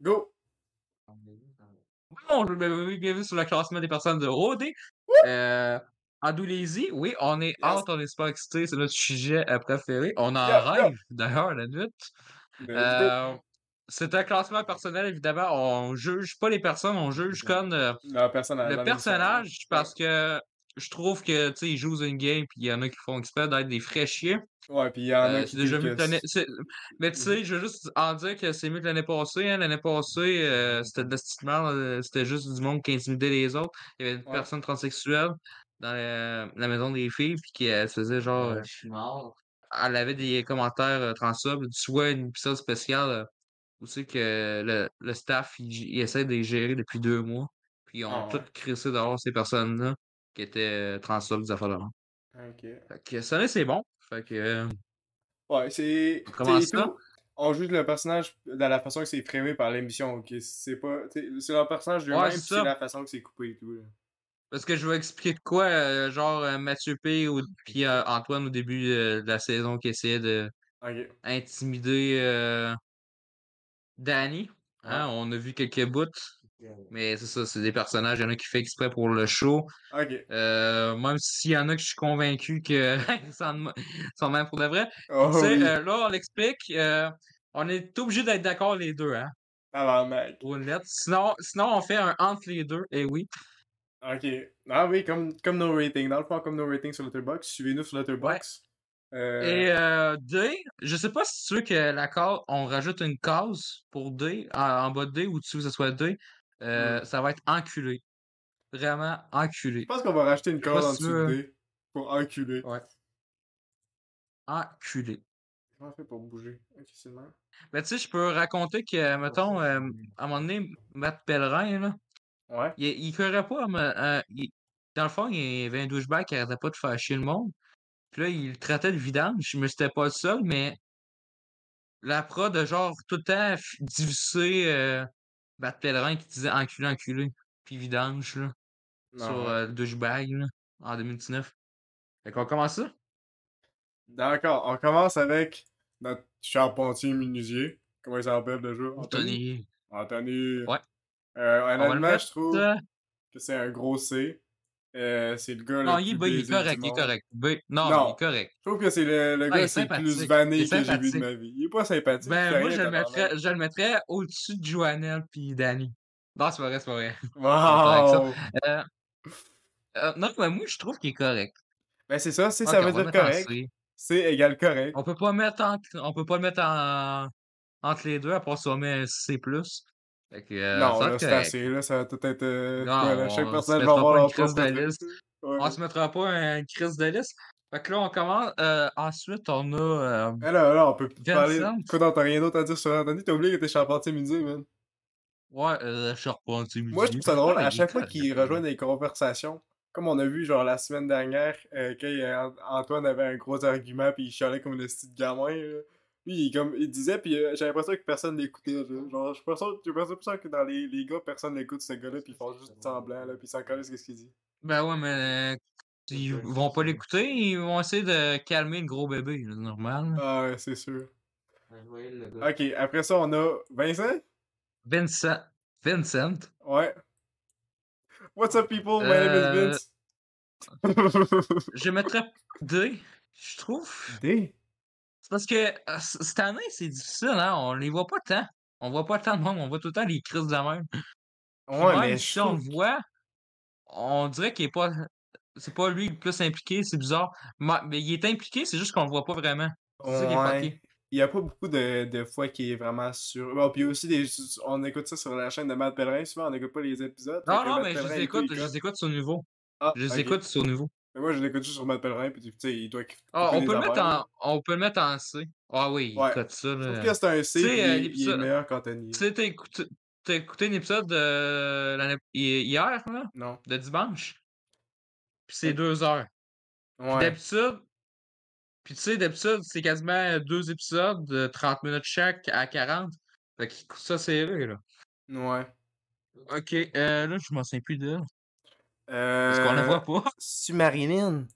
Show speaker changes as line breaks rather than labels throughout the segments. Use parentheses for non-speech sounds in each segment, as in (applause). Go!
Ah, Bon, je vais- bienvenue sur le classement des personnes de Rodé. Euh, Andoulési, oui, on est hâte, on est super excités, c'est notre sujet euh, préféré. On en
Yeah, yeah.
rêve, d'ailleurs, la nuit.
Ben,
Euh, c'est un classement personnel, évidemment. On juge pas les personnes, on juge comme euh,
le personnage. dans
le
l'émission.
personnage parce que je trouve que, tu sais, ils jouent une game puis il y en a qui font exprès d'être des frais chiens.
Ouais, puis il y en a
Euh,
qui.
j'ai déjà
disent
vu que
que
l'année- c'est- Mais tu sais, je veux juste en dire que c'est mieux que l'année passée. hein. L'année passée, euh, c'était de la petite merde, euh, c'était juste du monde qui intimidait les autres. Il y avait une
Ouais.
personne transsexuelle dans le- la maison des filles, puis qui euh, se faisait genre. euh,
je suis mort.
elle avait des commentaires euh, transphobes, soit une épisode spéciale euh, où c'est que le, le staff il, g- il essaie de les gérer depuis deux mois. Puis ils ont
Ah
tout
ouais.
crissé dehors ces personnes-là qui étaient euh, transphobes des affaires de même.
Ok.
Fait que ça là, c'est bon. Fait que euh,
Ouais, c'est.
Comment
c'est
ça?
tout. On juge le personnage dans la façon que c'est framé par l'émission. ok? C'est pas. t'sais, C'est leur personnage lui-même,
Ouais, c'est
puis
ça.
c'est la façon que c'est coupé et tout. là.
Parce que je vais expliquer de quoi, euh, genre euh, Mathieu P. ou puis euh, Antoine au début euh, de la saison qui essayait de
Ok.
intimider euh, Danny.
Ah.
Hein, On a vu quelques bouts, mais c'est ça, c'est des personnages, il y en a qui fait exprès pour le show.
Ok.
Euh, même s'il y en a que je suis convaincu que (laughs) sans, dem- sans même pour de vrai.
Oh,
Tu sais,
oui.
euh, là, on l'explique, euh, on est obligé d'être d'accord les deux, hein,
Ah, Tabarnak.
pour une lettre. Sinon, sinon, on fait un entre les deux, et oui.
Ok. Ah oui, comme, comme nos ratings. Dans le fond, comme nos ratings sur Letterboxd, suivez-nous sur Letterboxd. Euh,
Et euh, D, je sais pas si tu veux que la case, on rajoute une case pour D, en, en bas de D, ou tu veux que ce soit D, euh, ça va être enculé. Vraiment enculé.
Je pense qu'on va racheter une
pas
corde en
si tu
dessous de D pour enculer.
Ouais. Enculé.
Comment on fait pour bouger? Ok, c'est le même.
Mais tu sais, je peux raconter que, mettons, euh, à un moment donné, Matt Pellerin, là,
Ouais.
il, il courait pas, mais, euh, il- dans le fond, il y avait un douchebag qui arrêtait pas de faire chier le monde. Puis là, il le traitait de vidange, mais c'était pas le seul, mais la prod de genre tout le temps f- divisé euh, Bat Pèlerin qui disait enculé, enculé, puis vidange là,
Non.
sur euh, le douchebag là, en 2019. Fait qu'on commence ça?
D'accord, on commence avec notre charpentier menuisier. Comment il s'appelle déjà?
Tony.
Anthony.
Ouais.
Euh,
On va le
honnêtement,
mettre,
je trouve
euh,
que c'est un gros C. Euh, c'est le gars
Non,
le
il,
plus
B, il est
baisé du
correct, il est
monde.
correct. B, non,
Non.
il est correct.
Je trouve que c'est le, le
Ah, il
gars
est
c'est le plus
sympathique. Il
vanné
est
que j'ai vu de
sympathique.
ma vie. Il est pas sympathique. il fait
Ben, moi,
rien, hein.
je le,
tabarnak.
(laughs) mettrais, je le mettrais au-dessus de Joannel puis Danny. Non, c'est pas vrai, c'est pas vrai.
Wow!
Euh, non, mais moi, je trouve qu'il est correct.
Ben c'est ça, c'est
Ok,
ça
on
veut
va le
dire
mettre en
correct.
C.
C'est égal correct.
On peut pas mettre en... on peut pas le mettre en... entre les deux, à part si on met un C+. Fait que, euh,
non,
ça va
là,
être
c'est
correct.
assez, là, ça va tout être. Euh,
Non,
quoi, là, chaque
on
personne
se
va
mettra
avoir
pas
leur
une crise
propre
de liste.
Ouais.
On se mettra pas un crise de liste. Fait que là, on commence. euh, ensuite, on a. euh,
Eh là, là, on peut plus
Vincent.
parler. Quoi, non, t'as rien d'autre à dire sur Anthony? T'as oublié que t'es charpentier midi, man.
Ouais, euh, charpentier
Moi, je trouve ça drôle.
Ouais,
À
il est
chaque fois
correct,
qu'ils
Charpentier.
rejoignent des conversations, comme on a vu, genre, la semaine dernière, euh, quand euh, Ant- Antoine avait un gros argument, puis il chialait comme le style gamin, là. Lui, il, comme, il disait, puis euh, j'ai l'impression que personne l'écoutait. là. Genre, j'ai l'impression j'ai l'impression que dans les, les gars, personne n'écoute ce gars-là, puis ils font juste semblant, là, puis ils s'en collent ce qu'il dit.
Ben ouais, mais. euh, Ils vont pas l'écouter, ils vont essayer de calmer le gros bébé, là, c'est normal.
Ah, ouais, c'est sûr.
Ben le gars.
Ok, après ça, on a Vincent?
Vincent. Vincent.
Ouais. What's up, people? My
Euh,
name is Vince. (laughs)
Je mettrais D, je trouve.
D?
C'est parce que euh, c- cette année, c'est difficile, hein? On les voit pas tant. On voit pas tant de monde, on voit tout le temps les crises de la même. Puis
Ouais,
même
mais je
si on le
trouve-
voit, on dirait qu'il est pas. C'est pas lui le plus impliqué, c'est bizarre. Ma- Mais il est impliqué, c'est juste qu'on le voit pas vraiment. C'est ça qui est
Ouais.
fucké.
Il n'y a pas beaucoup de, de fois qui est vraiment sur. Bon, puis aussi, des- on écoute ça sur la chaîne de Matt Pellerin. Souvent, on n'écoute pas les épisodes.
Non,
fait que
non,
Matt
mais je
Pellerin,
les
il
écoute,
écoute,
je
il
les écoute sur niveau.
Ah,
Je les
ok.
écoute sur niveau.
Mais moi, je l'écoute juste sur Matt Pellerin. Puis, tu sais, il doit.
Ah,
couper
on
les
peut le mettre
affaires.
en. On peut le mettre en C. Ah oui, il
Ouais.
cote ça,
Je trouve
là.
que c'est un C.
Tu sais,
puis
euh,
il- il est
l'épisode-
meilleur qu'Anthony.
Tu sais, t'as écouté, t'as écouté un épisode de l'année- hi- hier, là,
Non.
de dimanche. Puis
Hein?
c'est deux heures.
Ouais.
D'habitude, puis tu sais, d'habitude, c'est quasiment euh, deux épisodes de 30 minutes chaque à 40. Fait que ça, c'est vrai, là.
Ouais.
Ok, euh, là, je m'en souviens plus d'elle.
Euh...
Parce qu'on la voit pas. (laughs)
Submarinine.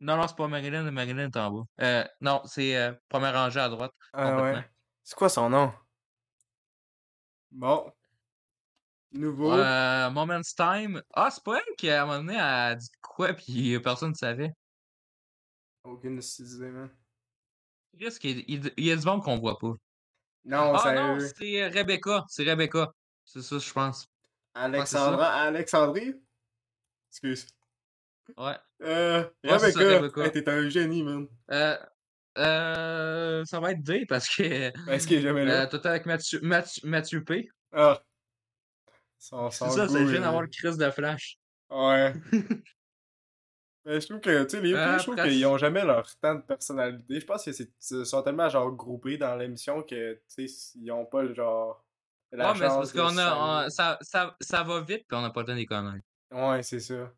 Non, non, c'est pas Marilyn, Marilyn est en bas. Euh, non, c'est euh, première rangée à droite.
Ah ouais.
complètement.
C'est quoi son nom? Bon. Nouveau.
Euh, Moment's Time. Ah, c'est pas elle qui, à un moment donné, a dit de quoi, puis euh, personne ne savait.
Aucune idée, man.
Chris, qu'il- il, il y a du monde qu'on voit pas.
Non,
ah non,
sérieux.
c'est euh, Rebecca. C'est Rebecca. C'est ça, je pense.
Alexandra. Alexandrie? Excuse.
Ouais.
Euh,
Ouais, c'est ça,
Rebecca.
Rebecca.
hey, T'es un génie,
(laughs)
man.
Euh, euh, ça va être D parce que
Est-ce qu'il est jamais là?
euh, tout avec Mathieu, Mathieu, Mathieu P.
Ah. Son,
C'est
son
ça,
goût,
c'est gênant
euh,
d'avoir le Chris de Flash. (laughs)
Ouais. Mais je trouve que, tu sais, les
Euh,
filles, je trouve
après-
qu'ils ont jamais leur temps de personnalité. Je pense que c'est ils sont tellement, genre, groupés dans l'émission que, tu sais, ils ont pas, le genre, la
Ouais, Ah, mais c'est
chance
parce
de
qu'on a.
s'amuser.
on- ça, ça, ça va vite, puis on n'a pas le temps d'y connaître.
Ouais, c'est ça.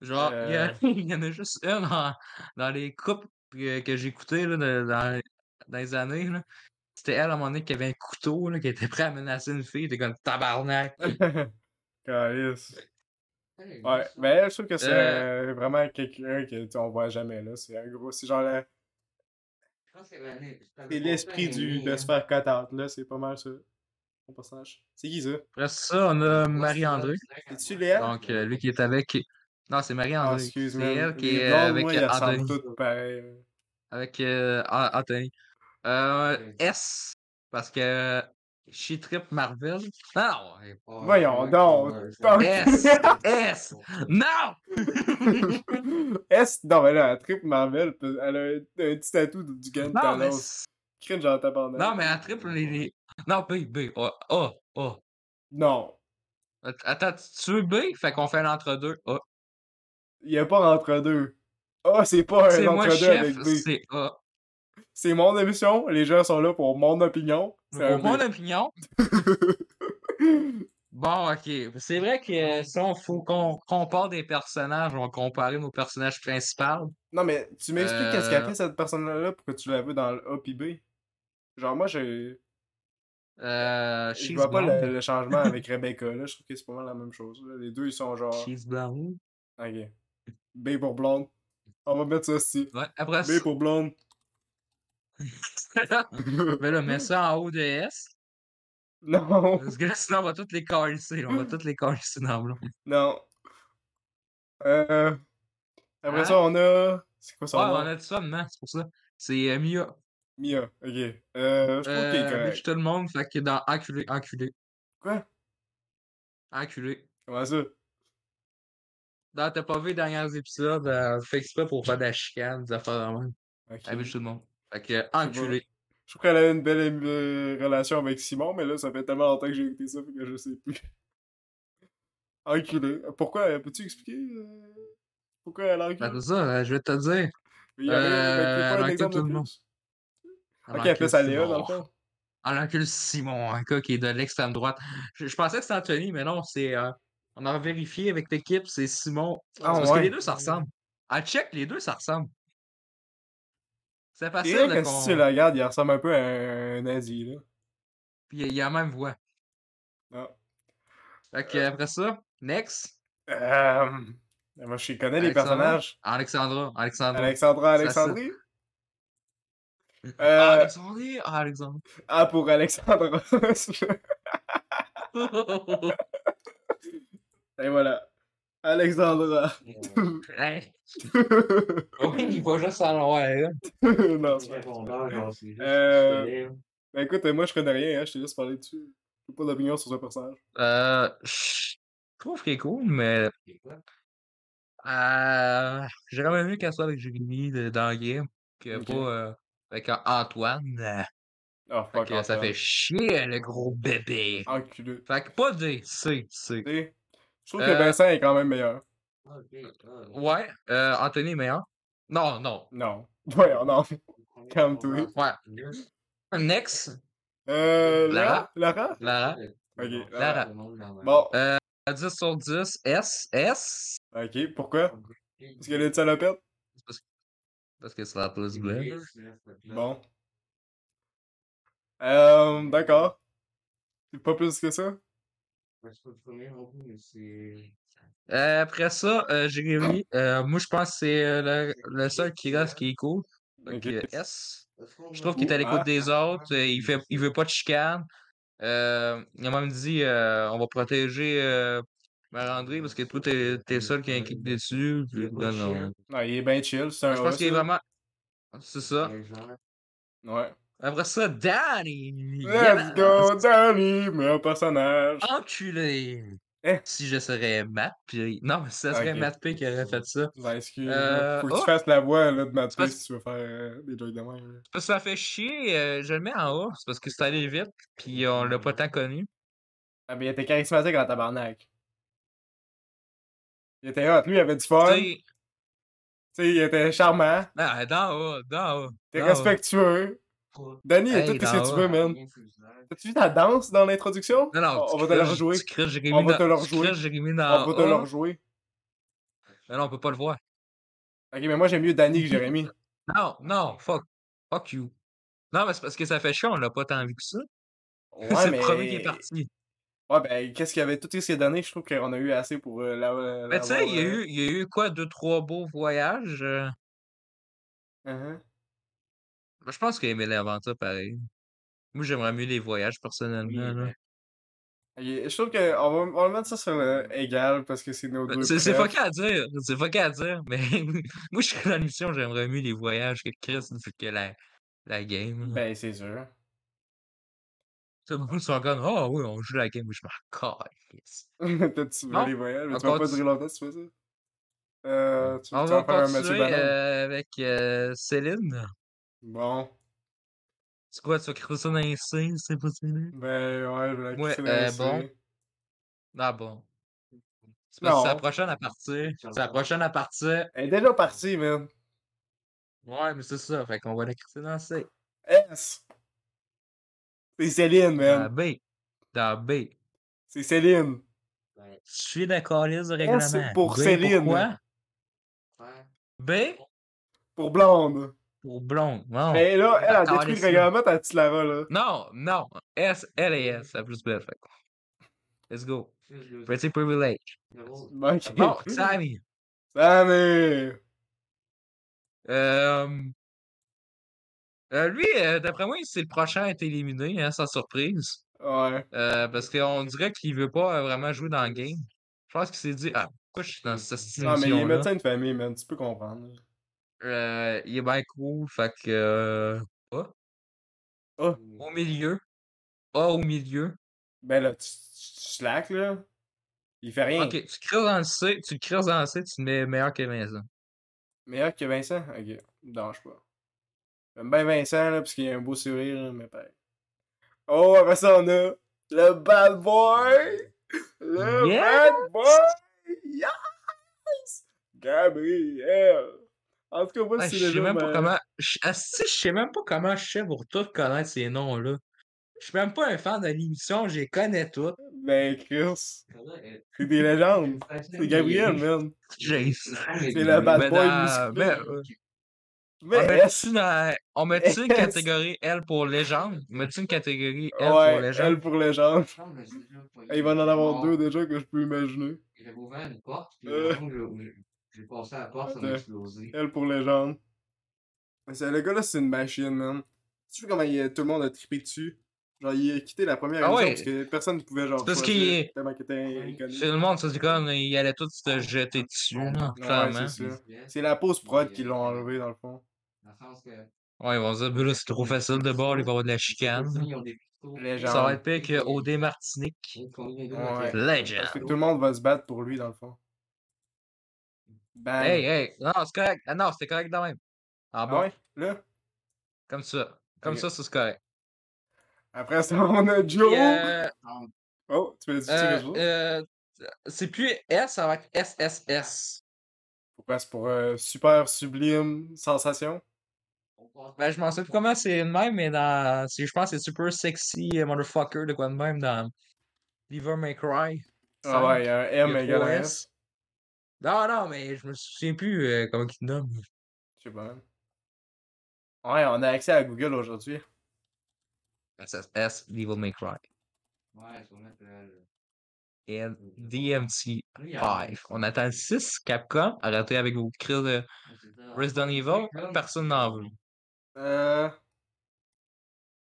Genre, il y a-
Euh.
(laughs) il y, en a juste une en- dans les couples que, que j'écoutais là, de- dans, les- dans les années. là. C'était elle à un moment donné qui avait un couteau, là, qui était prêt à menacer une fille. T'es comme
(laughs)
tabarnak.
Calice.
Hey, hein.
Ouais,
ça.
mais elle, je trouve que c'est
Euh.
euh, vraiment quelqu'un que, tu sais, on voit jamais, là. C'est un gros, c'est genre, la-
Je pense que c'est Mané- je t'avais
c'est
pas
l'esprit
fait
du,
aimer,
de
hein.
se faire cut-out, là. C'est pas mal, ça, mon personnage. C'est qui, ça?
Après ça, on a
Moi, c'est
Marie-André.
ça,
C'est-tu
ouais.
Léa?
Donc, euh, lui qui est avec. Non, c'est
Ah,
Marie-André.
excuse-moi.
c'est elle qui
Les
est
blondes,
avec
moi, ils ressemblent
Anthony.
toutes pareilles. là.
Avec euh, An- Anthony. Euh,
Ouais.
S, parce que she trip Marvel. Non! ouais.
Ouais,
Voyons
ouais,
donc, (laughs)
ouais,
donc-
S! S! Non!
Est, non, mais là, elle triple Marvel, puis elle a un, un petit tatou du- du gang de
Non, mais,
Thanos.
s-
Cringe en tabarnak.
non, mais elle triple les. les- Non, B, B. Oh, oh, oh.
Non.
Att- Attends, tu- tu veux B? Fait qu'on fait l'entre-deux. A.
Il n'y a pas entre-deux. Ah, c'est pas
C'est
un
moi
entre-deux
chef,
avec B.
c'est A.
C'est mon émission, les gens sont là pour mon opinion. C'est un
Pour mon
B. (laughs)
opinion. Bon, ok. C'est vrai que euh, si on faut qu'on compare des personnages, on va comparer nos personnages principaux.
Non, mais tu m'expliques qu'est-ce qu'a
Euh.
fait cette personne-là pour que tu la veux dans le A puis B? Genre, moi, je,
Euh,
je
she's
vois pas
blonde.
le,
(laughs)
le changement avec Rebecca, là. Je trouve que c'est pas mal la même chose. là. Les deux, ils sont genre.
She's blonde.
Ok. B pour blonde. On va mettre ça aussi.
Ouais, après (laughs)
B pour blonde.
ça. Mais là, mets ça en haut de
(laughs)
S.
non.
Parce que là, sinon, on va toutes les calisser. On va
Mmh.
toutes les calisser dans le blond.
Non. Euh. Après
Hein?
ça, on a. C'est quoi son
Ouais,
nom?
on a de ça, non? C'est pour ça. C'est euh, Mia.
Mia. Ok. Euh. Je trouve qu'il est
Euh, bitch
correct.
tout le monde, fait que dans enculé, enculé,
Quoi?
enculé.
Comment ça?
Dans t'as pas vu les derniers épisodes, euh, fait exprès pour faire de la chicane, des affaires de même.
Ok.
Elle bitch tout le monde. Fait que enculé.
Je trouve qu'elle avait une belle euh, relation avec Simon, mais là, ça fait tellement longtemps que j'ai écouté ça fait que je sais plus. (laughs) Enculé. Pourquoi? euh, Peux-tu expliquer? euh, Pourquoi elle a
Fait que
enculé?
ça, euh, je vais te dire.
Il y a rien,
euh,
mais c'est pas un
elle encule
exemple de
tout le
plus.
monde.
Ok, elle fait
encule
ça Léa,
Simon.
dans le fond.
Elle encule Simon, un gars qui est de l'extrême droite. Je, je pensais que c'était Anthony, mais non, c'est. euh, on a vérifié avec l'équipe, c'est Simon.
Ah,
C'est parce que
ouais.
les deux, ça ressemble. À check, les deux, ça ressemble. Ah, C'est
C'est
facile.
vrai
là,
que
qu'on-
si tu la regardes, il ressemble un peu à un nazi, là.
Puis il y a la même voix.
Ah.
Fait que, après ça, next,
Euh, moi, je connais les
Alexandra?
personnages.
Alexandra. Alexandra.
Alexandra
Ça, ça-
Alexandrie.
Ah,
Euh,
Alexandrie, ah, Alexandre.
A pour Alexandra. (laughs) Euh.
(laughs)
Et voilà. Alexandra. (laughs)
Hey,
non,
il va juste en noir. là.
c'est
C'est
pas-
répondeur, genre, c'est juste-
Euh,
c'est elle.
Ben écoute, moi je connais rien, hein, je t'ai juste parlé dessus. J'ai pas d'opinion sur ce personnage.
Euh, je trouve qu'il est cool, mais
C'est quoi?
euh, j'aimerais mieux qu'elle soit avec Jérémy de- dans le game que
Ok.
pas euh, avec un Antoine. euh,
Oh
fait
fuck,
que ça fait chier, le gros bébé.
Ah. Enculé.
Fait que pas des C, C.
Tu sais, Je trouve que
Euh,
Vincent est quand même meilleur.
Ah, ok, ah,
Ouais, euh, Anthony est meilleur. Non, non.
Non. (laughs) Ouais, non.
ok.
calme-toi.
Ouais.
Yes.
Next,
Euh.
Lara?
Lara?
Lara.
Ok,
Lara.
Bon.
Euh.
Bon.
À 10 sur 10, S, S.
Ok, pourquoi? Parce qu'elle est une salopette?
C'est Parce que, parce que c'est la plus belle.
Bon. Euh. D'accord. C'est Pas plus que ça?
Euh, après ça, euh, Jérémy, euh, moi je pense que c'est euh, le, le seul qui reste qui est cool. Donc,
Ok.
euh, S. Je trouve qu'il est à
Ou
l'écoute
A.
des autres, euh, il, fait, il veut pas de chicane. Euh, il a même dit euh, on va protéger euh, Marandry parce que toi, t'es, t'es le seul qui a un kick dessus. Puis, non, non.
Non, il est bien chill, c'est un
Je pense qu'il est
os, là.
vraiment. C'est ça.
Ouais.
Après ça, Danny!
Let's
Yabba!
go, Danny, meilleur personnage.
Enculé!
Hein?
Si je serais Matt P. Non, mais ça serait
Ok.
Matt P qui aurait fait ça.
Ben, excuse,
Euh,
faut que
oh!
tu fasses la voix là, de ma
parce-
si tu veux faire euh, des jokes de même. là.
Parce que ça fait chier, euh, je le mets en haut, c'est parce que c'est allé vite, puis on l'a pas tant connu.
Ah, mais il était charismatique en tabarnak. Il était hot. Lui, il avait du fun. Tu
T'sais,
sais, il était charmant.
ah, d'en haut, d'en haut.
Il était
d'en haut.
respectueux. Danny, il a
Hey,
tout ce
dans
que
un-
tu veux, man. T'as-tu vu ta danse dans l'introduction?
Non, non,
On-
tu
on va te la
craches-
rejouer.
Tu craches Jérémy
On va
dans-
te la
tu
rejouer.
craches Jérémy
On
dans
va te le
haut.
rejouer.
Non, non, on peut pas le voir.
Ok, mais moi, j'aime mieux Danny que Jérémy.
(laughs) Non, non, fuck. Fuck you. Non, mais c'est parce que ça fait chier, on l'a pas tant vu que ça. (laughs)
Ouais,
c'est
mais.
le premier qui est parti.
Ouais, ben, qu'est-ce qu'il y avait? Tout ce qu'il a donné, je trouve qu'on a eu assez pour euh, la. la-
Mais Ben, tu sais, il y a
l'avoir, euh,
eu, il y a eu quoi, deux, trois beaux voyages? euh,
uh-huh.
Je pense qu'il aimait l'aventure pareil. Moi, j'aimerais mieux les voyages personnellement. là.
Ok, Je trouve qu'on va, on va mettre ça sur le égal parce que c'est nos deux.
Ben, Bah, C'est c'est
préfs.
fucké à dire, c'est fucké à dire, mais (laughs) moi, je suis dans l'émission, j'aimerais mieux les voyages que Chris vu que la, la game. là.
Ben, c'est sûr. (laughs)
Tout le monde sont comme, oh oui, on joue la game, mais je m'en calisse.
Peut-être tu veux
Bon,
les voyages, mais
on
tu vas pas
continue.
durer longtemps si tu fais ça. Euh, tu, tu
On
vas
va
faire un Mathieu
continuer
Bannon.
euh, avec euh, Céline.
Bon,
C'est quoi, tu vas créer ça dans les C, c'est possible?
ben ouais, je vais la
Ouais,
crisser dans les
euh, bon.
souris.
Ah bon. C'est parce que c'est la
Non.
prochaine à partir. C'est la prochaine à partir.
Elle est déjà partie, man.
Ouais, mais c'est ça, fait qu'on va la créer dans C.
S. C'est Céline,
Dans
man.
B. Dans B.
C'est Céline.
Je suis d'accord, les règlement.
pour
B
Céline.
Pour quoi? B
Pour blonde.
pour blonde. Non.
Mais là, elle a
D'accord,
détruit
les
le règlement, t'as dit Lara, là.
Non, non. S, L et S, la plus belle. Fait. que- Let's go. Pretty privilege.
Bon, Ben, hmm. ok.
Bon,
(laughs)
Sammy.
Sammy!
Euh... euh, lui, euh, d'après moi, c'est le prochain à être éliminé, hein, sans surprise.
Ouais.
Euh, parce qu'on dirait qu'il veut pas euh, vraiment jouer dans le game. Je pense qu'il s'est dit, ah, pourquoi je suis dans cette
Non, mais il est
situation là
médecin de famille, man. Tu peux comprendre.
euh, Il est bien cool, fait que. euh, Oh. au milieu. A au milieu.
Ben là, tu, tu- tu slack, là. Il fait rien.
Ok, tu crées dans le C, tu le crées dans le C, tu le mets meilleur que Maison.
Meilleur ah, que Vincent? Ok, dérange pas. J'aime bien Vincent, là, parce qu'il a un beau sourire, là, mais pareil. Oh, après ça, on a le bad boy! Le
Yes!
bad boy! Yes! Gabriel! En tout cas, moi,
Ah,
c'est
je
le euh,
sais
nom,
même pas
mais-
comment. Je asti, je sais même pas comment je sais pour tout connaître ces noms-là. Je suis même pas un fan de l'émission, je les connais tous.
Ben, Chris, c'est des légendes. C'est Gabriel, man.
J'ai-
C'est le bad
Mais
boy
dans-
musclé.
mais, euh,
Mais,
On met-tu
elle-
dans-
(laughs)
on met-tu une
S.
catégorie L pour légende? On met-tu une catégorie L pour
ouais,
légende?
elle pour légende. Il va en avoir deux déjà que je peux imaginer.
J'avais ouvert une porte, puis
Euh.
le moment où j'ai- j'ai passé à la porte, ça m'a
Euh.
explosé.
Elle pour légende. C'est, le gars-là, c'est une machine, man. Tu vois comment il a- tout le monde a trippé dessus? Genre, il a quitté la première
Ah
émission
ouais.
parce que personne ne pouvait, genre,
C'est parce
choisir,
qu'il est-
tellement qu'il était inconnu.
Tout le monde, ça c'est comme il allait tous se jeter dessus, là,
c'est
clairement.
ça.
Puis je laisse,
C'est la pause prod qui l'ont enlevé, dans le fond.
Ah,
dans le sens que-
Ouais, ils vont se dire, Ben là, c'est trop facile de bord, il va y avoir de la
Ils
chicane.
ont des couteaux.
Légende.
Ça va être pire que OD Martinique.
Ils ont des couteaux.
Ouais.
Legend.
Parce que tout le monde va se battre pour lui, dans le fond. Bang.
Hey, hey, non, c'est correct. Ah non, c'était correct quand même. Ah
Ah
bon?
ouais, là.
Comme ça. Comme
Ok.
ça, ça, c'est correct.
Après ça, (laughs) on a Joe.
Puis, euh,
Oh, tu veux dire
euh,
quelque chose?
euh, c'est plus S, ça va être SSS.
Pourquoi c'est pour euh, super sublime sensation?
On passe-
Ben, je m'en sais plus comment c'est le même, mais dans. c'est- Je pense que c'est super sexy, euh, motherfucker, de quoi de même dans Liver May Cry.
Ah ouais, il y a un M
il y a
égale
trois
à
S.
S.
Non, non, mais je me souviens plus euh, comment il nomme.
Je sais pas. Ouais, on a accès à Google aujourd'hui.
SSS, Devil May Cry.
Ouais, faut mettre, euh,
Et DMC
le- lui, il a-
5. On attend le 6, Capcom. Arrêtez avec vos cris de
c'est ça.
Resident Evil. Personne n'en veut.
Euh...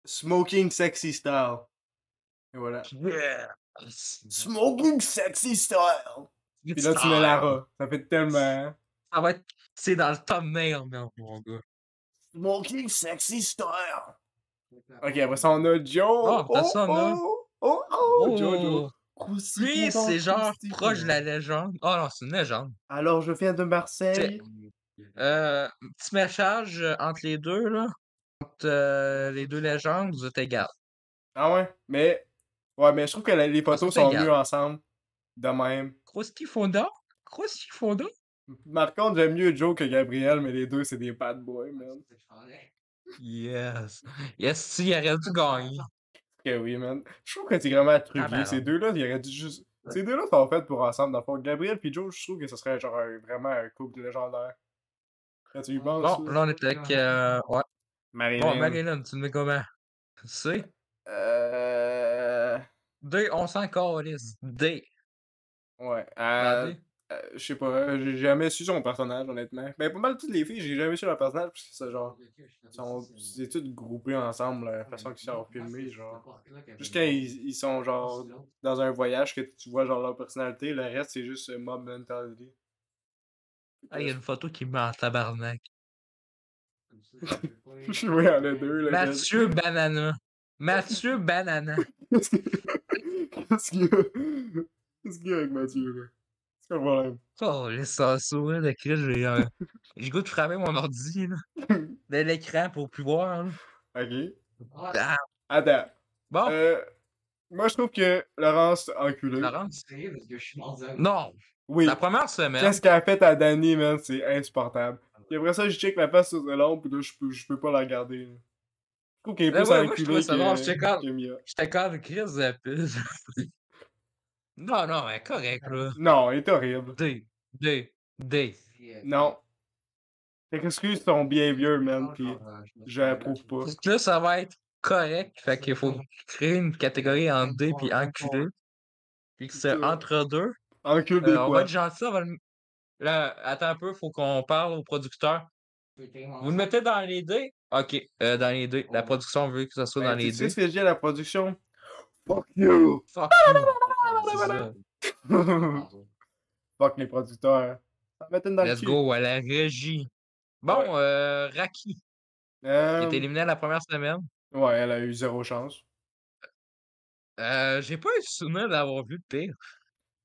Smoking Sexy Style. Et voilà.
Yes!
Smoking sexy style! Puis là, tu mets Lara. Ça fait tellement. hein.
Ça va être. C'est dans le thumbnail, non, mon gars.
Smoking sexy style! Ok,
après
après ça, on a Joe!
Ah, après ça, on a-
Oh, oh, oh, Joe, Joe.
Lui,
Croustille,
c'est genre
croustille.
proche de la légende. Oh non, c'est une légende.
Alors, je viens de Marseille.
Euh, petit message euh, entre les deux, là. Entre euh, les deux légendes, vous êtes égales.
Ah ouais? Mais. Ouais, mais je trouve que la- les photos
Ah, c'est
sont
égal.
mieux ensemble. De même.
Krusty Fonda? Krusty Fonda?
Par contre, j'aime mieux Joe que Gabriel, mais les deux, c'est des bad boys, man.
Yes. Yes, si, il aurait dû gagner.
Que oui, man. Je trouve que c'est vraiment truqué.
Ah, ben
Ces
alors.
deux-là, ils auraient dû juste. Ces deux-là sont faits pour ensemble. Dans le fond, Gabriel puis Joe, je trouve que ce serait genre un- vraiment un couple légendaire. Quand tu y penses.
Bon,
là.
là, on est avec. euh, ouais.
Marilyn.
Bon, Marilyn, tu le mets comment? C.
Euh.
D, on s'en calisse. D.
Ouais.
La
Euh,
D.
euh, je sais pas, euh, j'ai jamais su son personnage, honnêtement. Mais pas mal toutes les filles, j'ai jamais su leur personnage, parce que c'est genre. sont, c'est toutes groupées ensemble, la façon qu'ils
Ah,
sont filmés, genre. Jusqu'à ils, ils sont genre dans un voyage que tu vois genre leur personnalité, le reste c'est juste euh, mob mentality.
Ah, il y a une photo qui met en tabarnak.
(laughs) Je suis ouais, en a deux, là.
Mathieu Banana. Mathieu Banana.
Qu'est-ce qu'il Qu'est-ce qu'il y a Qu'est-ce qu'il y a avec Mathieu, là C'est quoi le problème
Oh, les sourire de Chris, j'ai un... J'ai le goût de frapper mon ordi,
(laughs)
là. De l'écran pour plus voir, là.
Ok.
Ah,
Attends.
Bon,
Euh, moi je trouve que Laurence enculée.
Laurence.
c'est vrai, parce que je suis dans un-
Non,
Oui.
la première semaine.
Qu'est-ce qu'elle a fait à Danny, man C'est insupportable. Et après ça, je check la face sur le long, puis là, je peux, je peux pas la regarder. là. Je trouve qu'elle est
Ben
plus
ouais, moi, je
enculée
trouvais ça bon, je check out.
que, que Mia.
J'étais quand même Chris de pisse. Non, non, mais correct, là.
Non, elle est horrible.
D, D, D.
euh,
Non. Tes excuses sont bien vieux,
Ah,
man, puis
euh,
je l'approuve
j'approuve
pas.
Parce que là, ça va être correct. Fait qu'il faut créer une catégorie en D puis enculé. Puis que c'est entre deux.
Encule des
Euh, on va
poils.
être gentil, on va le- Là, attends un peu, faut qu'on parle au producteur. Vous le mettez dans les dés? Ok, euh, dans les dés. La production veut que ça soit dans
Hey,
les
Ben, Tu sais
dés.
ce que j'ai à la production? Fuck you!
Fuck
(laughs)
you. C'est ça.
(laughs) Fuck les producteurs. Mettez-le dans
Let's
le cul.
go à la régie.
Ouais.
Bon, euh, Raki, qui
Euh,
est éliminé la première semaine.
Ouais, elle a eu zéro chance.
Euh, j'ai pas eu le souvenir d'avoir vu de pire.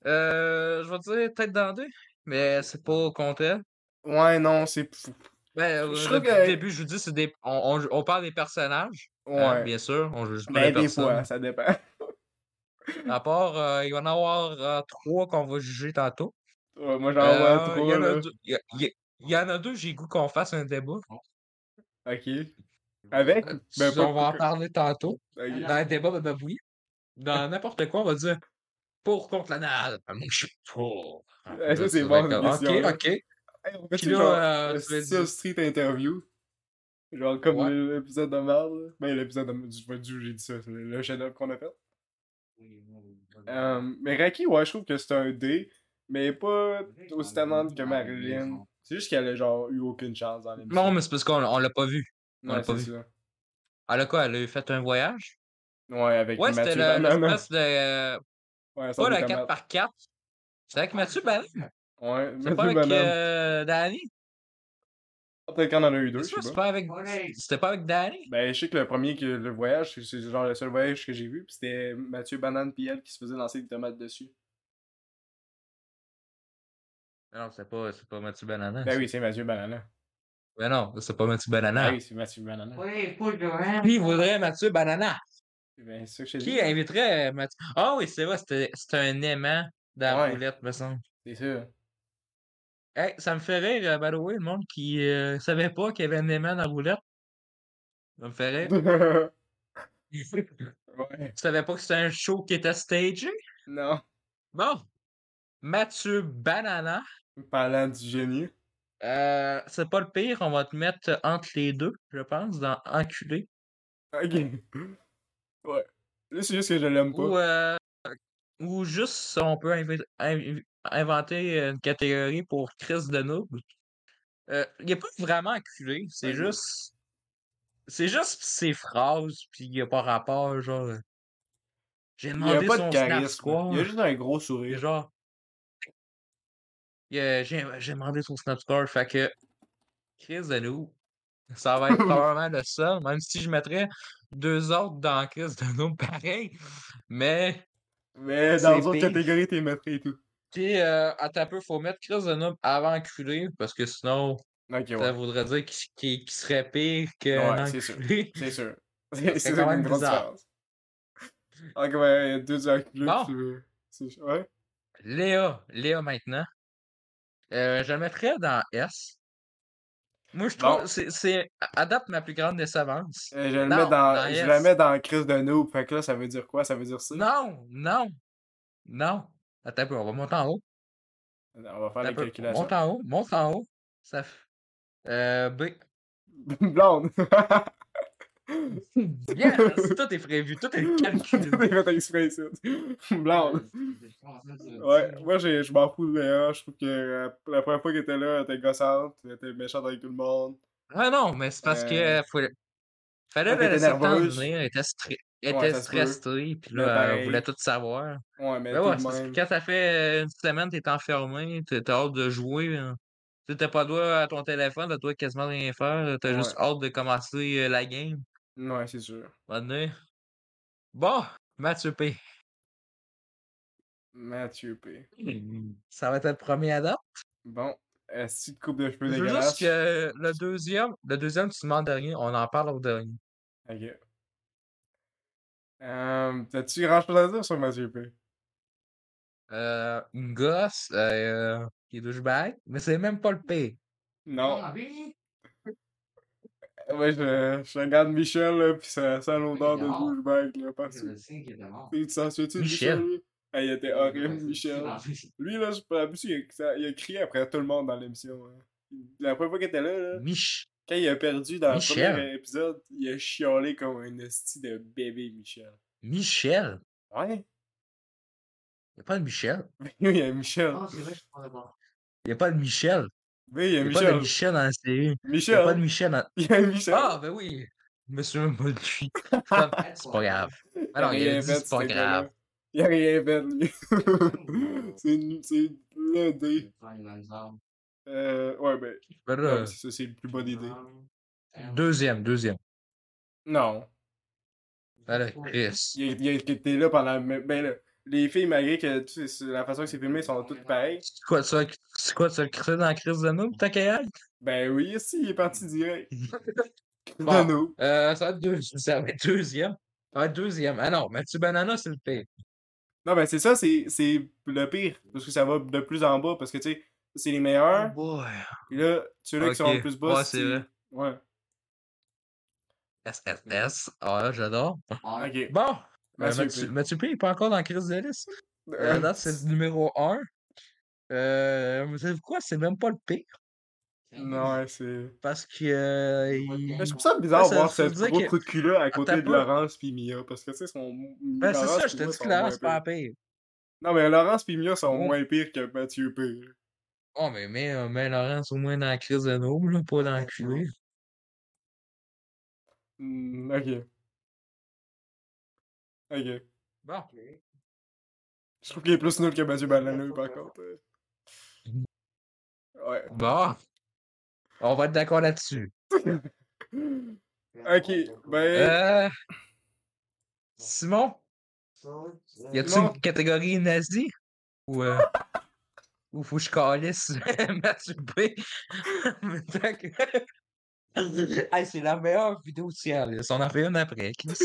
Euh, je vais dire tête dans deux, mais c'est pas comptable.
Ouais, non, c'est...
Ben,
Je
euh,
trouve
depuis
que-
le début, je vous dis, c'est des... on, on- on parle des personnages, hein,
Ouais.
bien sûr. On juge pas les
Ben, des fois,
personnes.
ça dépend. (laughs)
À part, euh, il va y en avoir euh, trois qu'on va juger tantôt.
Ah Ouais, moi, j'en
Euh,
vois
il y
trois,
en a
là.
deux- il y a- il y a- il y en a deux, j'ai goût qu'on fasse un débat.
Ok. Avec? Ben,
Si
pas-
on va en parler tantôt.
Ok.
Dans un débat, ben, ben oui. Dans n'importe quoi, on va dire pour contre la nade. Ah, moi, je suis pour. Ah,
Eh, ça, c'est
Ça
bon,
va être
cette
comme,
question-là.
Ok, ok.
Hey, on fait
Puis là, euh,
genre,
tu vas
style
dire-
street interview. Genre comme
Ouais.
l'épisode de merde. là. Ben, l'épisode de du pas du, j'ai dit ça, c'est le le chef-d'œuvre qu'on a fait. Euh, mais Raki, ouais, je trouve que c'est un D, mais pas aussi talente que Marilyn. C'est juste qu'elle a genre eu aucune chance dans l'émission.
Non, mais c'est parce qu'on on l'a pas vu. on
Ouais,
l'a pas
c'est
vu.
ça.
Elle a quoi? Elle a fait un voyage?
Ouais, avec
Ouais,
Mathieu
c'était le-
Banana.
l'espèce de. euh,
Ouais,
Pas
ça doit
la
être
4
mal.
par 4 C'est avec Mathieu Banane.
Ouais,
C'est pas
Mathieu
avec
Banane.
euh, Danny.
Peut-être qu'on en a eu deux,
C'est
je sais
sûr,
pas.
c'est pas avec. C'était pas avec Danny.
Ben, je sais que le premier, que le voyage, c'est- c'est genre le seul voyage que j'ai vu, pis c'était Mathieu Banane pis elle qui se faisait lancer des tomates dessus.
Non, c'est pas, Ah, c'est pas Mathieu Banana.
Ben oui, c'est Mathieu Banana.
Mais non, c'est pas Mathieu
Ben
Banana.
oui, c'est Mathieu Banana.
Oui, faut que hein.
Qui voudrait Mathieu Banana?
Ben, c'est ça que je te dis.
Qui inviterait Mathieu? Ah oui, c'est vrai, c'était c'était un aimant dans
Ouais.
la roulette, me semble. (laughs)
C'est ça.
Hey, ça me fait rire, euh, by the way, le monde qui euh, savait pas qu'il y avait un aimant dans la roulette. Ça me fait rire.
ouais.
tu savais pas que c'était un show qui était stagé?
Non.
Bon. Mathieu Banana.
Parlant du génie.
Euh, c'est pas le pire, on va te mettre entre les deux, je pense, dans enculé.
Ok. Ouais. Là, c'est juste que je l'aime pas.
Ou, euh, ou juste, on peut invi- invi- inventer une catégorie pour Chris de Noob. Euh, il n'est pas vraiment enculé, c'est
Ok.
juste. C'est juste ses phrases, puis il n'y a pas rapport, genre. euh, J'ai
Il a
demandé
pas
son
de
Snap
charisme.
Score.
Il a juste un gros
Et
sourire.
genre, il, euh, j'ai j'ai demandé son Snap Score, fait que Chris de nous, ça
(laughs)
va être probablement le seul, même si je mettrais deux autres dans Chris de nous (laughs) pareil. Mais,
Mais
C'est
dans d'autres
pire.
catégories, t'es maîtrisé et tout.
puis, euh, attends un peu, faut mettre Chris de nous avant culé, parce que sinon,
Ok,
ça
ouais.
voudrait dire qu'il qu'il- qu'il serait pire que
Ouais,
un
c'est sûr.
enculé.
C'est sûr.
serait
C'est c'est
quand
ça qui est
même
une grosse
bizarre.
différence. Ok, ouais, il y a deux acculés.
Bon.
C'est... Ouais.
Léa, Léa maintenant. Euh, je le mettrais dans S. Moi, je trouve
Bon.
c'est c'est a- adapte ma plus grande décevance.
Euh, je, le
Non,
mets dans,
dans
je
S.
la mets dans Chris de Noob. Fait que là, ça veut dire quoi? Ça veut dire ça?
Non, non, non. Attends un peu, on va monter en haut.
On va faire
Attends
la
un peu,
calculation.
Monte en haut, monte en haut. Ça f- euh, B. (laughs)
(laughs) Blonde!
Yes! Tout est prévu, tout est
(laughs)
calculé.
Tout est fait exprès, ça. Blonde. Euh, Ouais, moi j'ai, je m'en fous de Léa, je trouve que euh, la première fois qu'elle était là, elle était gossante, elle était méchante avec tout le monde.
Ah non, mais c'est parce que
Euh,
faut- fallait
elle
la
était
laisser le temps de
nerveuse.
venir, elle était, stre- elle
Ouais,
était
ça se peut.
stressée, puis
Mais
là, elle voulait
pareil.
tout savoir.
Ouais, mais
Ben ouais,
tout
c'est
de
parce
même.
que quand ça fait euh, une semaine, t'es enfermé, t'es- t'as hâte de jouer. hein. Tu t'as pas le droit à ton téléphone, t'as le droit de quasiment rien faire, t'as juste hâte de commencer euh, la game.
Ouais, c'est sûr.
à un moment donné. Bon, Mathieu P.
Mathieu P.
Ça va être le premier à date.
Bon, est-ce que coupe de cheveux
Je veux juste
dégueulasse?
que le deuxième, le deuxième, tu demandes rien, on en parle au dernier.
Ok. Euh, t'as-tu grand chose à dire sur Mathieu P?
Euh, une gosse euh, qui est douchebag, mais c'est même pas le P.
Non. Euh, Ouais, je, je regarde Michel, là, pis ça sent l'odeur de
Non.
douchebag, là, partout. (laughs)
Je le sais qu'il est mort.
Tu t'en souviens-tu de
Michel.
Michel, lui? Ah, il était horrible, Michel. Lui, là, je peux abusé, il, a- ça- il a crié après tout le monde dans l'émission. hein. La première fois qu'il était là, là,
Mich.
quand il a perdu dans
Michel.
le premier épisode, il a chiolé comme un esti de bébé, Michel.
Michel.
(laughs) Ouais?
Il n'y a pas de Michel.
Oui, il y a Michel.
Non, c'est vrai, je suis pas d'accord.
Il n'y a pas de Michel.
Oui, il y a
Il n'y a pas de
Michel.
Michel dans la série. Il n'y a
Michel.
pas de Michel dans...
(laughs) Il y a Michel.
Ah, ben oui. Monsieur Molduy. C'est pas
C'est
grave.
Il a
Alors, il a
(laughs) rien
dit,
fait,
c'est pas
ce gars-là.
grave.
Il a rien fait, lui.
(laughs)
c'est une- c'est le dé. Euh, ouais, ben,
Ben là,
non, c'est ça, c'est le plus bon idée.
deuxième, deuxième.
Non.
Allez, Chris.
Il, a- il a- il était là pendant. Ben là, les filles, malgré que tu sais, c'est- la façon que c'est filmé, sont toutes pareilles.
C'est quoi ça? C'est quoi ça le crisser dans la crise de nous, ta caillade?
Ben oui, si, il est parti
(laughs)
direct.
Bon.
Non, non.
Euh, ça va être deux- (laughs) ça va être deuxième. Ça va être deuxième. Ah non, Mathieu Banana, c'est le pire.
Non, ben c'est ça, c'est c'est le pire. Parce que ça va de plus en bas. Parce que tu sais, c'est les meilleurs.
Oh boy.
Et là, ceux-là qui sont
Ok.
le plus bas.
Ouais, c'est vrai.
Ouais.
SSS. Ah, là, j'adore.
Ok.
Bon. euh,
Mathieu
Mathieu,
P.
Mathieu P, il n'est pas encore dans la crise de liste. Euh,
Euh,
là, c'est le numéro 1. Euh, vous savez quoi? C'est même pas le pire.
Non, ouais, c'est.
Parce que. euh, il-
Mais Ben, je trouve ça bizarre
Ouais, ça-
voir
ça veut
ce
dire
gros
que-
trou de cul-là à côté
Attends
de
un peu.
Laurence puis Mia. Parce que tu sais, son.
Ben, c'est
Laurence
ça,
puis
je
Mia
t'ai dit
sont
que
moins
Laurent, c'est pas
pires.
la pire.
Non, mais Laurence puis Mia sont
Ouais.
moins pires que Mathieu P.
Oh, mais, mais, euh, mais Laurence, au moins dans la crise de nos, là, pas dans l'enculé.
Hmm, ok. Ok.
Bon.
Je trouve qu'il est plus nul que Mathieu Banana, par contre. euh.
(laughs)
Ouais.
Bon. On va être d'accord là-dessus.
Ok, ben.
Euh. Simon, y a-tu
Simon?
une catégorie nazie? Ou.
(laughs)
Euh... Ou faut que je calisse (laughs) Mathieu B? En même temps que- (laughs) Hey, c'est la meilleure vidéo de Cialis. On en fait une après. Chris.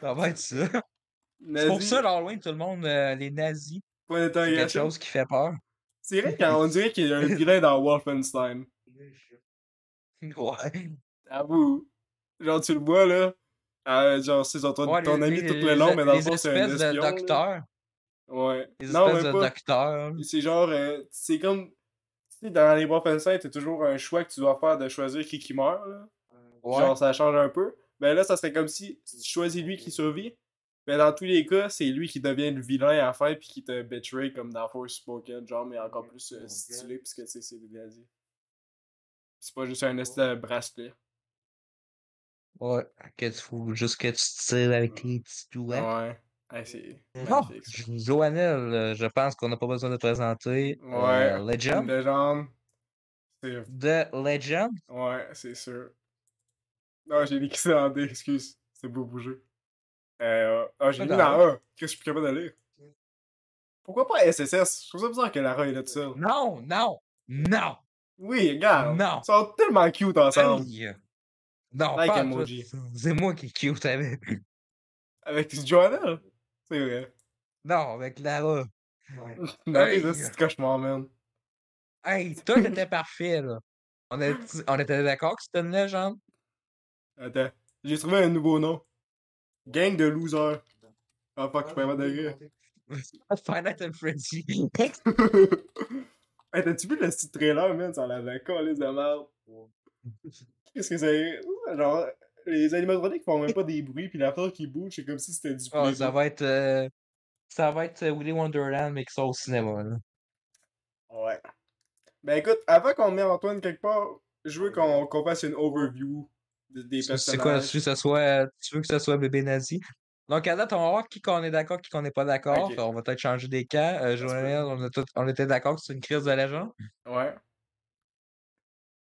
Ça va être ça. C'est pour
nazi,
ça, l'Halloween, tout le monde, euh, les nazis,
point
c'est quelque
d'interrogation.
chose qui fait peur. (laughs)
C'est vrai qu'on dirait qu'il y a un vilain dans Wolfenstein.
Ouais.
Avoue. Genre, tu le vois, là. euh, genre, c'est genre ton,
Ouais,
ton
les-
ami
les-
tout le
les-
long, mais dans le
les
fond, c'est un
espèces de
espion. là.
docteurs.
Ouais.
Les
Non,
espèces
même
de
pas.
docteurs.
C'est genre, euh, c'est comme. Tu sais, dans les Wolfenstein, t'as toujours un choix que tu dois faire de choisir qui qui meurt, là.
Ouais.
Genre, ça change un peu. Ben là, ça serait comme si tu choisis lui qui survit. Mais dans tous les cas, c'est lui qui devient le vilain à la fin puis qui te betray comme dans Force Spoken, genre, mais encore plus euh, stylé puisque c'est c'est des nazis. C'est pas juste un esti de bracelet.
Ouais. Oh! Que tu faut juste que tu tires avec tes petits doigts.
Mmh. Ouais. Ouais, c'est
Non,
magnifique. ça.
Joannel, euh, je pense qu'on n'a pas besoin de présenter.
Ouais.
euh, Legend.
Une légende. C'est...
The Legend.
Ouais, c'est sûr. Non, j'ai l'écrit ça en D, excuse. C'est beau bouger. Euh, ah, j'ai
Pas
mis dans A. Qu'est-ce que je suis plus capable de lire? Pourquoi pas SSS? Je trouve ça bizarre que Lara est là tout seul.
Non, non, non.
Oui, regarde.
Non.
Ils sont tellement cute ensemble.
Aïe. Non,
Like
pas
emoji.
toi. C'est moi qui est cute avec.
Avec Joanna. C'est vrai.
Non, avec Lara.
(laughs)
Ouais.
Lara,
Hey.
c'est un petit cauchemar, man.
Hey,
(laughs)
toi, t'étais parfait, là. On, a- on était d'accord que c'était une légende?
Attends. J'ai trouvé un nouveau nom. Gang de losers. Ah, fuck, je suis pas capable
(laughs)
de rire.
Five Nights at Freddy.
(laughs) hey, t'as-tu vu le petit trailer, man? Ça l'avait collé de merde. Qu'est-ce que c'est? Genre, les animatroniques font même pas des bruits, pis la fleur qui bouge, Ah, c'est comme si c'était du
Oh,
plaisir.
ça va être. euh, Ça va être euh, Willy Wonderland, mais qui sort au cinéma, là.
Ouais. Ben écoute, avant qu'on mette Antoine quelque part, je veux qu'on qu'on fasse une overview de- des
Tu-
personnages.
C'est quoi, tu veux, que ça soit, tu veux que ce soit bébé nazi? Donc, à date, on va voir qui qu'on est d'accord, qui qu'on n'est pas d'accord.
Ok.
On va peut-être changer des camps. Euh,
Ça se peut.
Joël, on, a tout- on était d'accord que c'est une crise de légende.
Ouais.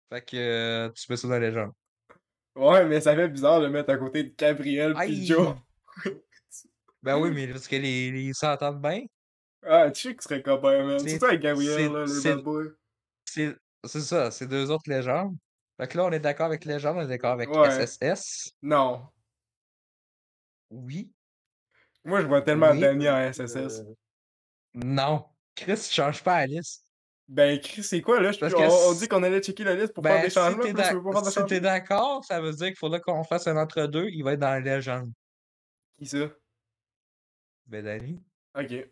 Fait que euh, tu mets ça dans la légende.
Ouais, mais ça fait bizarre de mettre à côté de Gabriel
Aïe!
pis Joe.
Ben
Hmm.
oui, mais parce que les, les- ils s'entendent bien.
Ah, tu sais qu'ils seraient copains, man.
C'est-
C'est toi avec Gabriel,
c'est-
là, le
c'est-
bad boy.
C'est c'est ça, c'est deux autres légendes. Fait que là, on est d'accord avec légende, on est d'accord avec
Ouais.
SSS.
Non.
Oui.
Moi, je vois tellement
Oui.
Danny en SSS.
Euh, Non. Chris, tu changes pas la liste.
Ben, Chris, c'est quoi, là? Je-
Parce que
on, on
si-
dit qu'on allait checker la liste pour faire
Ben,
des
si
changements,
t'es
puis là, tu veux pas
d'ac-
faire de
si t'es
changements?
d'accord, ça veut dire qu'il faudra qu'on fasse un entre-deux. Il va être dans la légende.
Qui ça?
Ben, Danny.
Ok.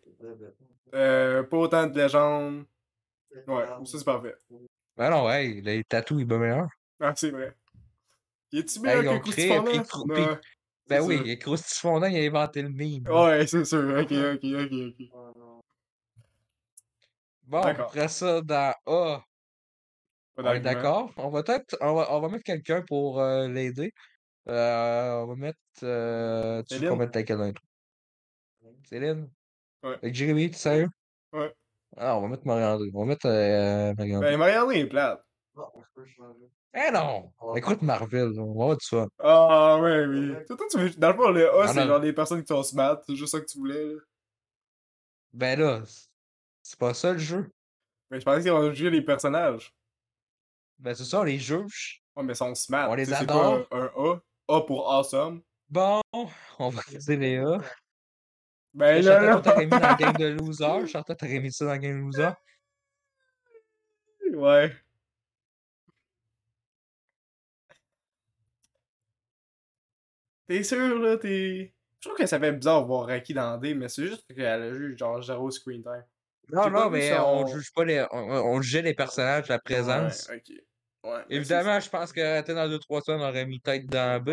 Euh, pas autant de légendes. Ouais,
Ah.
ça, c'est parfait.
Ben non, hey, les tatous, il est bien meilleur.
Ah, c'est vrai. Y a-tu
Ben,
meilleur
ils ont
que Coustis
créé un prix cro-
Fondant?
prix-
Non,
Ben
c'est
oui,
sûr. Oh,
il est croustillant, il a inventé le meme.
Ouais, c'est sûr. Ok, ok, ok, ok.
Bon,
d'accord.
après ça, dans A,
Pas
on est
d'argument.
d'accord. On va peut-être, on va, on va mettre quelqu'un pour euh, l'aider. Euh, on va mettre, euh, tu veux qu'on
Céline?
mette laquelle dans les trois? Céline?
Ouais.
Avec Jérémy, tu es sérieux?
Ouais.
Ah, on va mettre Mariandre. On va mettre euh, Mariandre.
Ben, Marianne est plate. Ben
Eh non!
Alors-
Écoute Marvel, là, on va voir de ça.
Ah, ouais, oui. Toi, toi, tu veux... Dans le fond, le A,
Non,
c'est
non.
genre des personnes qui sont smart. C'est juste ça que tu voulais, là.
Ben là, c'est- c'est pas ça le jeu.
Mais Ben, je pensais qu'ils ont jugé les personnages.
Ben c'est ça, on les juge.
Ouais, mais ils sont smart.
On les
Tu sais,
adore.
C'est pas un A. A pour awesome.
Bon, on va passer les A.
Ben, là,
Chantal,
là.
t'aurais mis dans la gang de losers. Chantal, t'aurais mis ça dans la gang de losers.
Ouais. T'es sûr, là, t'es... Je trouve que ça fait bizarre de voir Raki dans D, mais c'est juste qu'elle a juste genre zéro screen time.
Non,
J'ai pas
non,
mis
mais
son-
on juge pas les. On, on jugeait les personnages, la présence.
Ouais, ok. Ouais. ben,
Évidemment, je pense que t'es dans 2-3 semaines, on aurait mis tête dans B,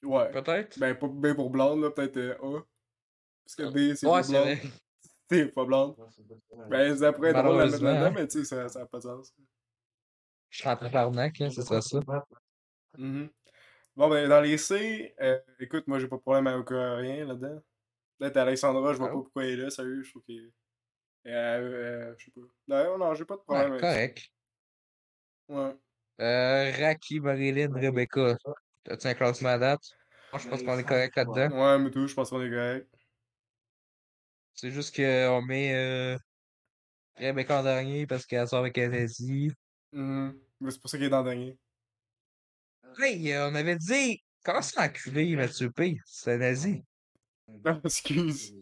c'est- Ouais.
peut-être.
Ben, pas ben pour blonde, là, peut-être euh, A. Parce que D, c'est
Ah. ouais,
pas
c'est
blonde. (laughs)
vrai.
C'est pas blonde. Ben, ça pourrait être drôle à mettre
Malheureusement,
là-dedans,
hein.
mais tu sais, ça, ça a pas de sens.
Je suis en tabarnak, hein, ce serait ça.
Mhm. Bon, ben, dans les C, euh, écoute, moi, j'ai pas de problème avec euh, rien là-dedans. Peut-être Alexandra, je vois
Ah
pas pourquoi elle est là, sérieux, je trouve qu'elle. est- Euh, euh, je sais pas. Non, non, j'ai pas de problème
Ouais,
avec ça.
correct.
Ouais.
Euh, Raki, Marilyn, Rebecca. T'as-tu un classement à date? Moi, je pense qu'on est correct là-dedans.
Ouais, mais tout, je pense qu'on est correct.
C'est juste qu'on met euh, Rebecca en dernier parce qu'elle sort avec Anésie.
Mhm. Mais C'est pour ça qu'il est dans le dernier. (laughs)
Hey, euh, on avait dit. Comment c'est enculé, Mathieu P? C'est nazi.
Euh,
Non,
Hm.
excuse.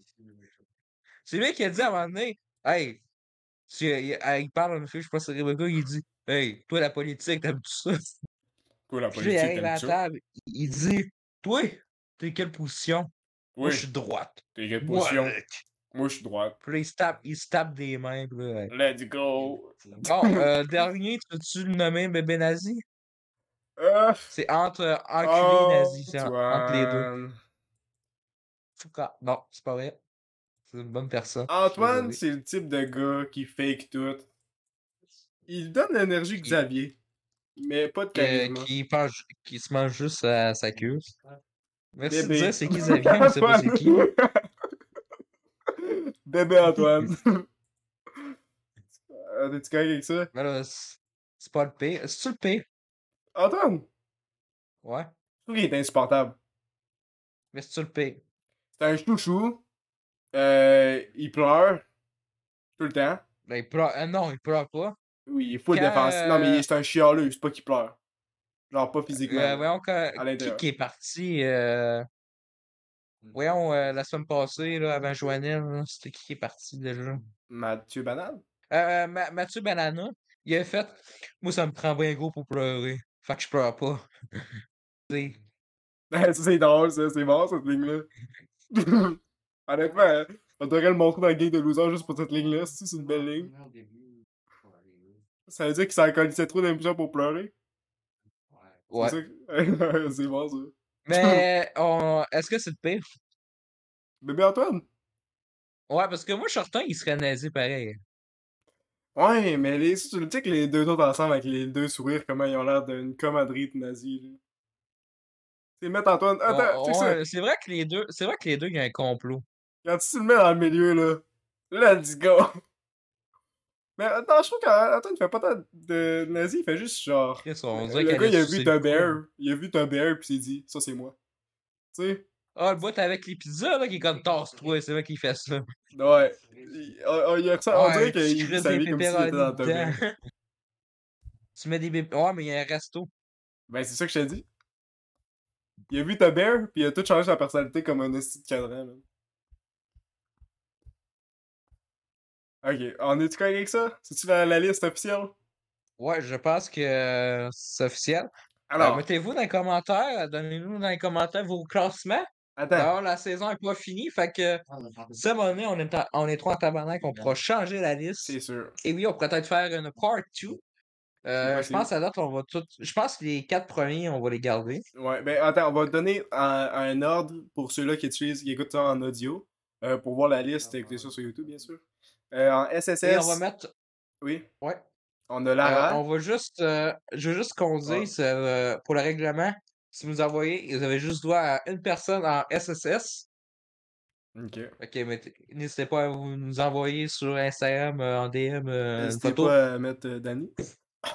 C'est lui qui a dit à un moment donné, hey, tu- il, euh, il parle à une fille, je pense que c'est Rebecca, il dit, hey, toi la politique, t'aimes tout ça?
Quoi, la
Puis là, il
politique,
arrive à
t'aimes
la
ça?
table, il- il dit, toi, t'es quelle position? Moi, je
Oui,
suis droite.
t'es quelle
Moi, euh,
position?
mec.
Moi, je suis droite.
Puis là, il se tape, il se tape des mains. puis
(laughs)
là, hey.
Let's go!
Bon, euh, dernier, tu veux-tu le nommer bébé nazi?
Ah!
C'est entre euh, enculé
Oh,
et nazi, c'est en- entre les deux.
Antoine.
Foucault. Non, c'est pas vrai. C'est une bonne personne.
Antoine,
Je suis
c'est le type de gars qui fake tout. Il donne l'énergie que
Qui-
Xavier, mais pas de
désolé.
charisme.
Euh, qui, pense- qui se mange juste à sa queue. Merci de
Bébé. (laughs)
dire c'est qui Xavier, on sait pas c'est qui.
Bébé Antoine. Euh, T'es-tu correct avec ça?
Mais là, c'est c'est pas le pire. C'est-tu le pire?
Antoine!
Ouais.
Je trouve qu'il est insupportable.
Mais c'est-tu le pire?
C'est un chouchou. Euh, il pleure. Tout le temps.
Là, il pleure. euh, non, il pleure pas.
Oui, il est full
Quand,
défensif. Non, mais
euh,
il- c'est un chialeux. C'est pas qu'il pleure. Genre, pas physiquement.
Euh, voyons que- qui
l'intérieur.
qui est parti. euh, Voyons, euh, la semaine passée, là, avant Joannel, là, c'était qui qui est parti déjà?
Mathieu Banal?
Euh, Ma- Mathieu Banana, il a fait Moi, ça me prend bien gros pour pleurer. Fait que je pleure pas. (laughs) T'sais,
Ben, ça, c'est drôle, ça. C'est mort, cette ligne-là. (laughs) Honnêtement, hein, on devrait le montrer dans le game de loser juste pour cette ligne-là. Si, C'est une belle ligne. Ça veut dire qu'il s'en colissait trop d'impulsions pour pleurer. C'est
ouais.
ça que- (laughs) c'est mort, ça.
Mais on- est-ce que c'est le pire?
Bébé Antoine?
Ouais, parce que moi, je suis certain qu'il serait nazi pareil.
Ouais, mais les, tu le dis que les deux autres ensemble avec les deux sourires, comment ils ont l'air d'une commanderie de nazis, là. Tu sais, mettre Antoine.
On-
Attends, tu sais ça.
on- C'est vrai que les deux, c'est vrai que les deux, il y a un complot.
Quand tu te le mets dans le milieu, là. Let's go! (laughs) Mais attends, je trouve qu'Antoine, il fait pas tant de nazis, il fait juste genre.
Chris, on dirait
Ben, Le
qu'elle
gars, il a
sucé
vu
le
Tom
coude.
Bear. Il a vu Tom Bear, puis il s'est dit, ça c'est moi. Tu sais?
Ah, le bout avec les pizzas, là, qui est comme tasse-toi, c'est vrai qu'il fait ça.
Ouais. Il- on, on- il a ressent- on
Ouais,
dirait
tu
qu'il
creuses des
s'habille comme s'il était
pepperonis
dans Tom Bear.
dedans. (laughs) Tu mets des bébés. Ouais, mais il y a un resto.
Ben, c'est ça que je t'ai dit. Il a vu ta bear, puis il a tout changé sa personnalité comme un esti de cadran, man. Ok, on est-tu correct avec ça? C'est-tu la, la liste officielle?
Ouais, je pense que euh, c'est officiel. Euh,
Alors,
mettez-vous dans les commentaires, euh, donnez-nous dans les commentaires vos classements.
attends.
D'ailleurs, la saison n'est pas finie, fait que cette année, on est, en- on est trop en tabarnak, on pourra changer la liste.
C'est sûr.
Et oui, on pourrait peut-être faire une part 2. Euh, je
possible.
pense à date, on va tout. Je pense que les quatre premiers, on va les garder.
Ouais, ben attends, on va donner un, un ordre pour ceux-là qui utilisent, qui écoutent ça en audio, euh, pour voir la liste, écoutez ça sur YouTube, bien sûr. Euh, en SSS,
Et on va mettre.
oui,
Ouais.
on a
Euh,
Lara.
on va juste. euh, je veux juste qu'on
Ouais.
dise euh, pour le règlement, si vous envoyez, vous avez juste droit à une personne en SSS.
Ok.
Ok, mais t- n'hésitez pas à vous- nous envoyer sur Instagram euh, en DM euh, une
N'hésitez
photo.
pas à mettre euh, Dani.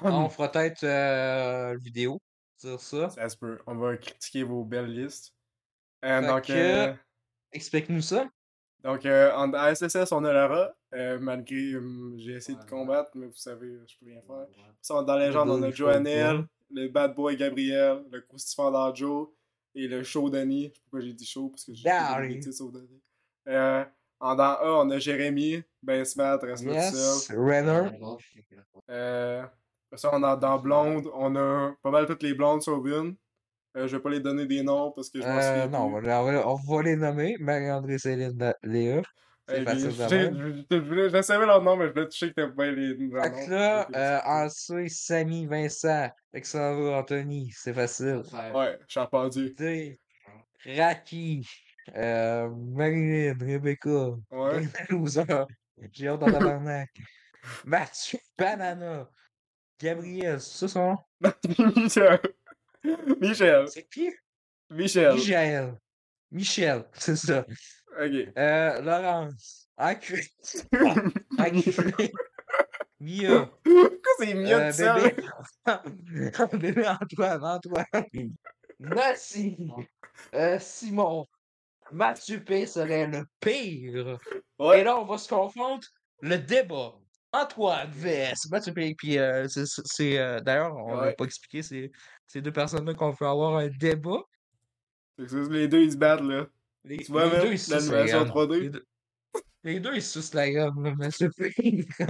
On fera peut-être euh, une vidéo sur ça.
Ça se peut. On va critiquer vos belles listes. Euh,
Fait
donc,
que-
euh,
Explique-nous ça.
donc euh, en en SSS, on a Lara. euh, malgré euh, j'ai essayé de
Ouais.
combattre, mais vous savez, je peux rien faire. Ça, on- dans les gens, on
Google,
a
je sais pas
Joannel,
quoi.
le Bad Boy Gabriel, le Crucifant Joe et le Show Danny. Je sais pas pourquoi j'ai dit Show parce que j'ai
Dari.
dit Show Danny. Euh, en dans A, on a Jérémy, Ben Smart, reste là tout seul.
Yes, Renner.
Euh, après ça, on a dans Blonde, on a pas mal toutes les blondes sauf une. Euh, je vais pas les donner des noms parce que je m'en
Euh,
souviens
non,
plus.
on va, on va- on va les nommer. Marie-André Céline Da- Léa. C'est
Hey,
facile
les-
de
j'ai-
même.
je- je voulais- Je savais leur nom, mais je voulais toucher que t'aimes bien les leurs
Fait
noms.
que là,
Ok,
euh,
c'est-
Ansu, Samy, Vincent, Alexandre Anthony, c'est facile.
Ouais, Charpendier.
Dave, Raki, euh, Marilyn, Rebecca, (laughs)
Ouais. (laughs)
Loser, j'ai hâte d'en tabarnak. Mathieu, Banana, Gabriel, c'est ça son nom?
Michel. Michel.
C'est qui?
Michel.
Michel. Michel, c'est ça.
Ok.
Euh, Laurence,
(laughs)
Enculé, Enculé, Mia,
Pourquoi c'est mieux
euh,
de ça? là?
bébé, (laughs) bébé Antoine, Antoine, Merci, euh, Simon, Mathieu P serait le pire. Et
Ouais.
là, on va se confondre le débat. Antoine Vest, Mathieu P. Puis euh, c'est- c'est- c'est euh, d'ailleurs, on l'a
Ouais.
pas expliqué, c'est ces deux personnes-là qu'on peut avoir un débat.
Fait que ça, Les deux, ils se battent, là.
Les,
Tu vois,
les
même,
deux, ils sucent la
l'animation
gomme.
3D.
Les deux, les deux, ils sucent la gomme, là, Mathieu P.
C'est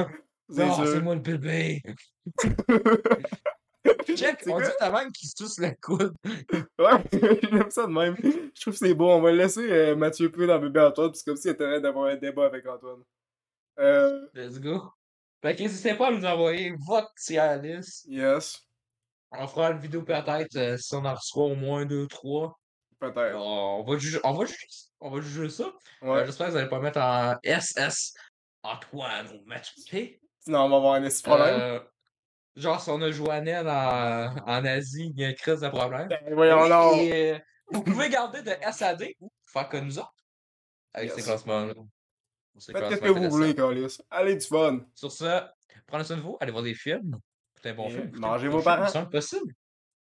Non, c'est
sûr.
moi le
(laughs)
bébé. Check,
C'est
on
quoi?
dit avant qu'ils sucent le coude.
Ouais, (laughs) j'aime ça de même. Je trouve que c'est beau. On va laisser euh, Mathieu Peu dans Bébé Antoine, parce que comme s'il était en train d'avoir un débat avec Antoine. Euh,
Let's go. Fait que n'hésitez pas à nous envoyer votre tier list.
yes.
On fera une vidéo peut-être euh, si on en reçoit au moins deux, trois. Euh,
Peut-être.
On va juger, on va juger, on va juger ça. Euh,
Ouais.
J'espère que vous n'allez pas mettre en SS Antoine ou Mathieu P.
Sinon, on va avoir un petit problème.
Euh, genre, si on a Joannel en, en Asie, il y a une crise de problème.
Ben, voyons
Oui,
là.
et, euh, vous pouvez garder de SAD ou faire comme nous autres avec ces
Yes.
classements pour ces
Faites
classements
qu'est-ce que vous
intéressants.
voulez, Carlis. Allez du fun.
Sur ça, prenez soin de vous, allez voir des films. C'est un bon
Et
film. écoutez un
mangez
bon
vos
film,
parents.
C'est possible.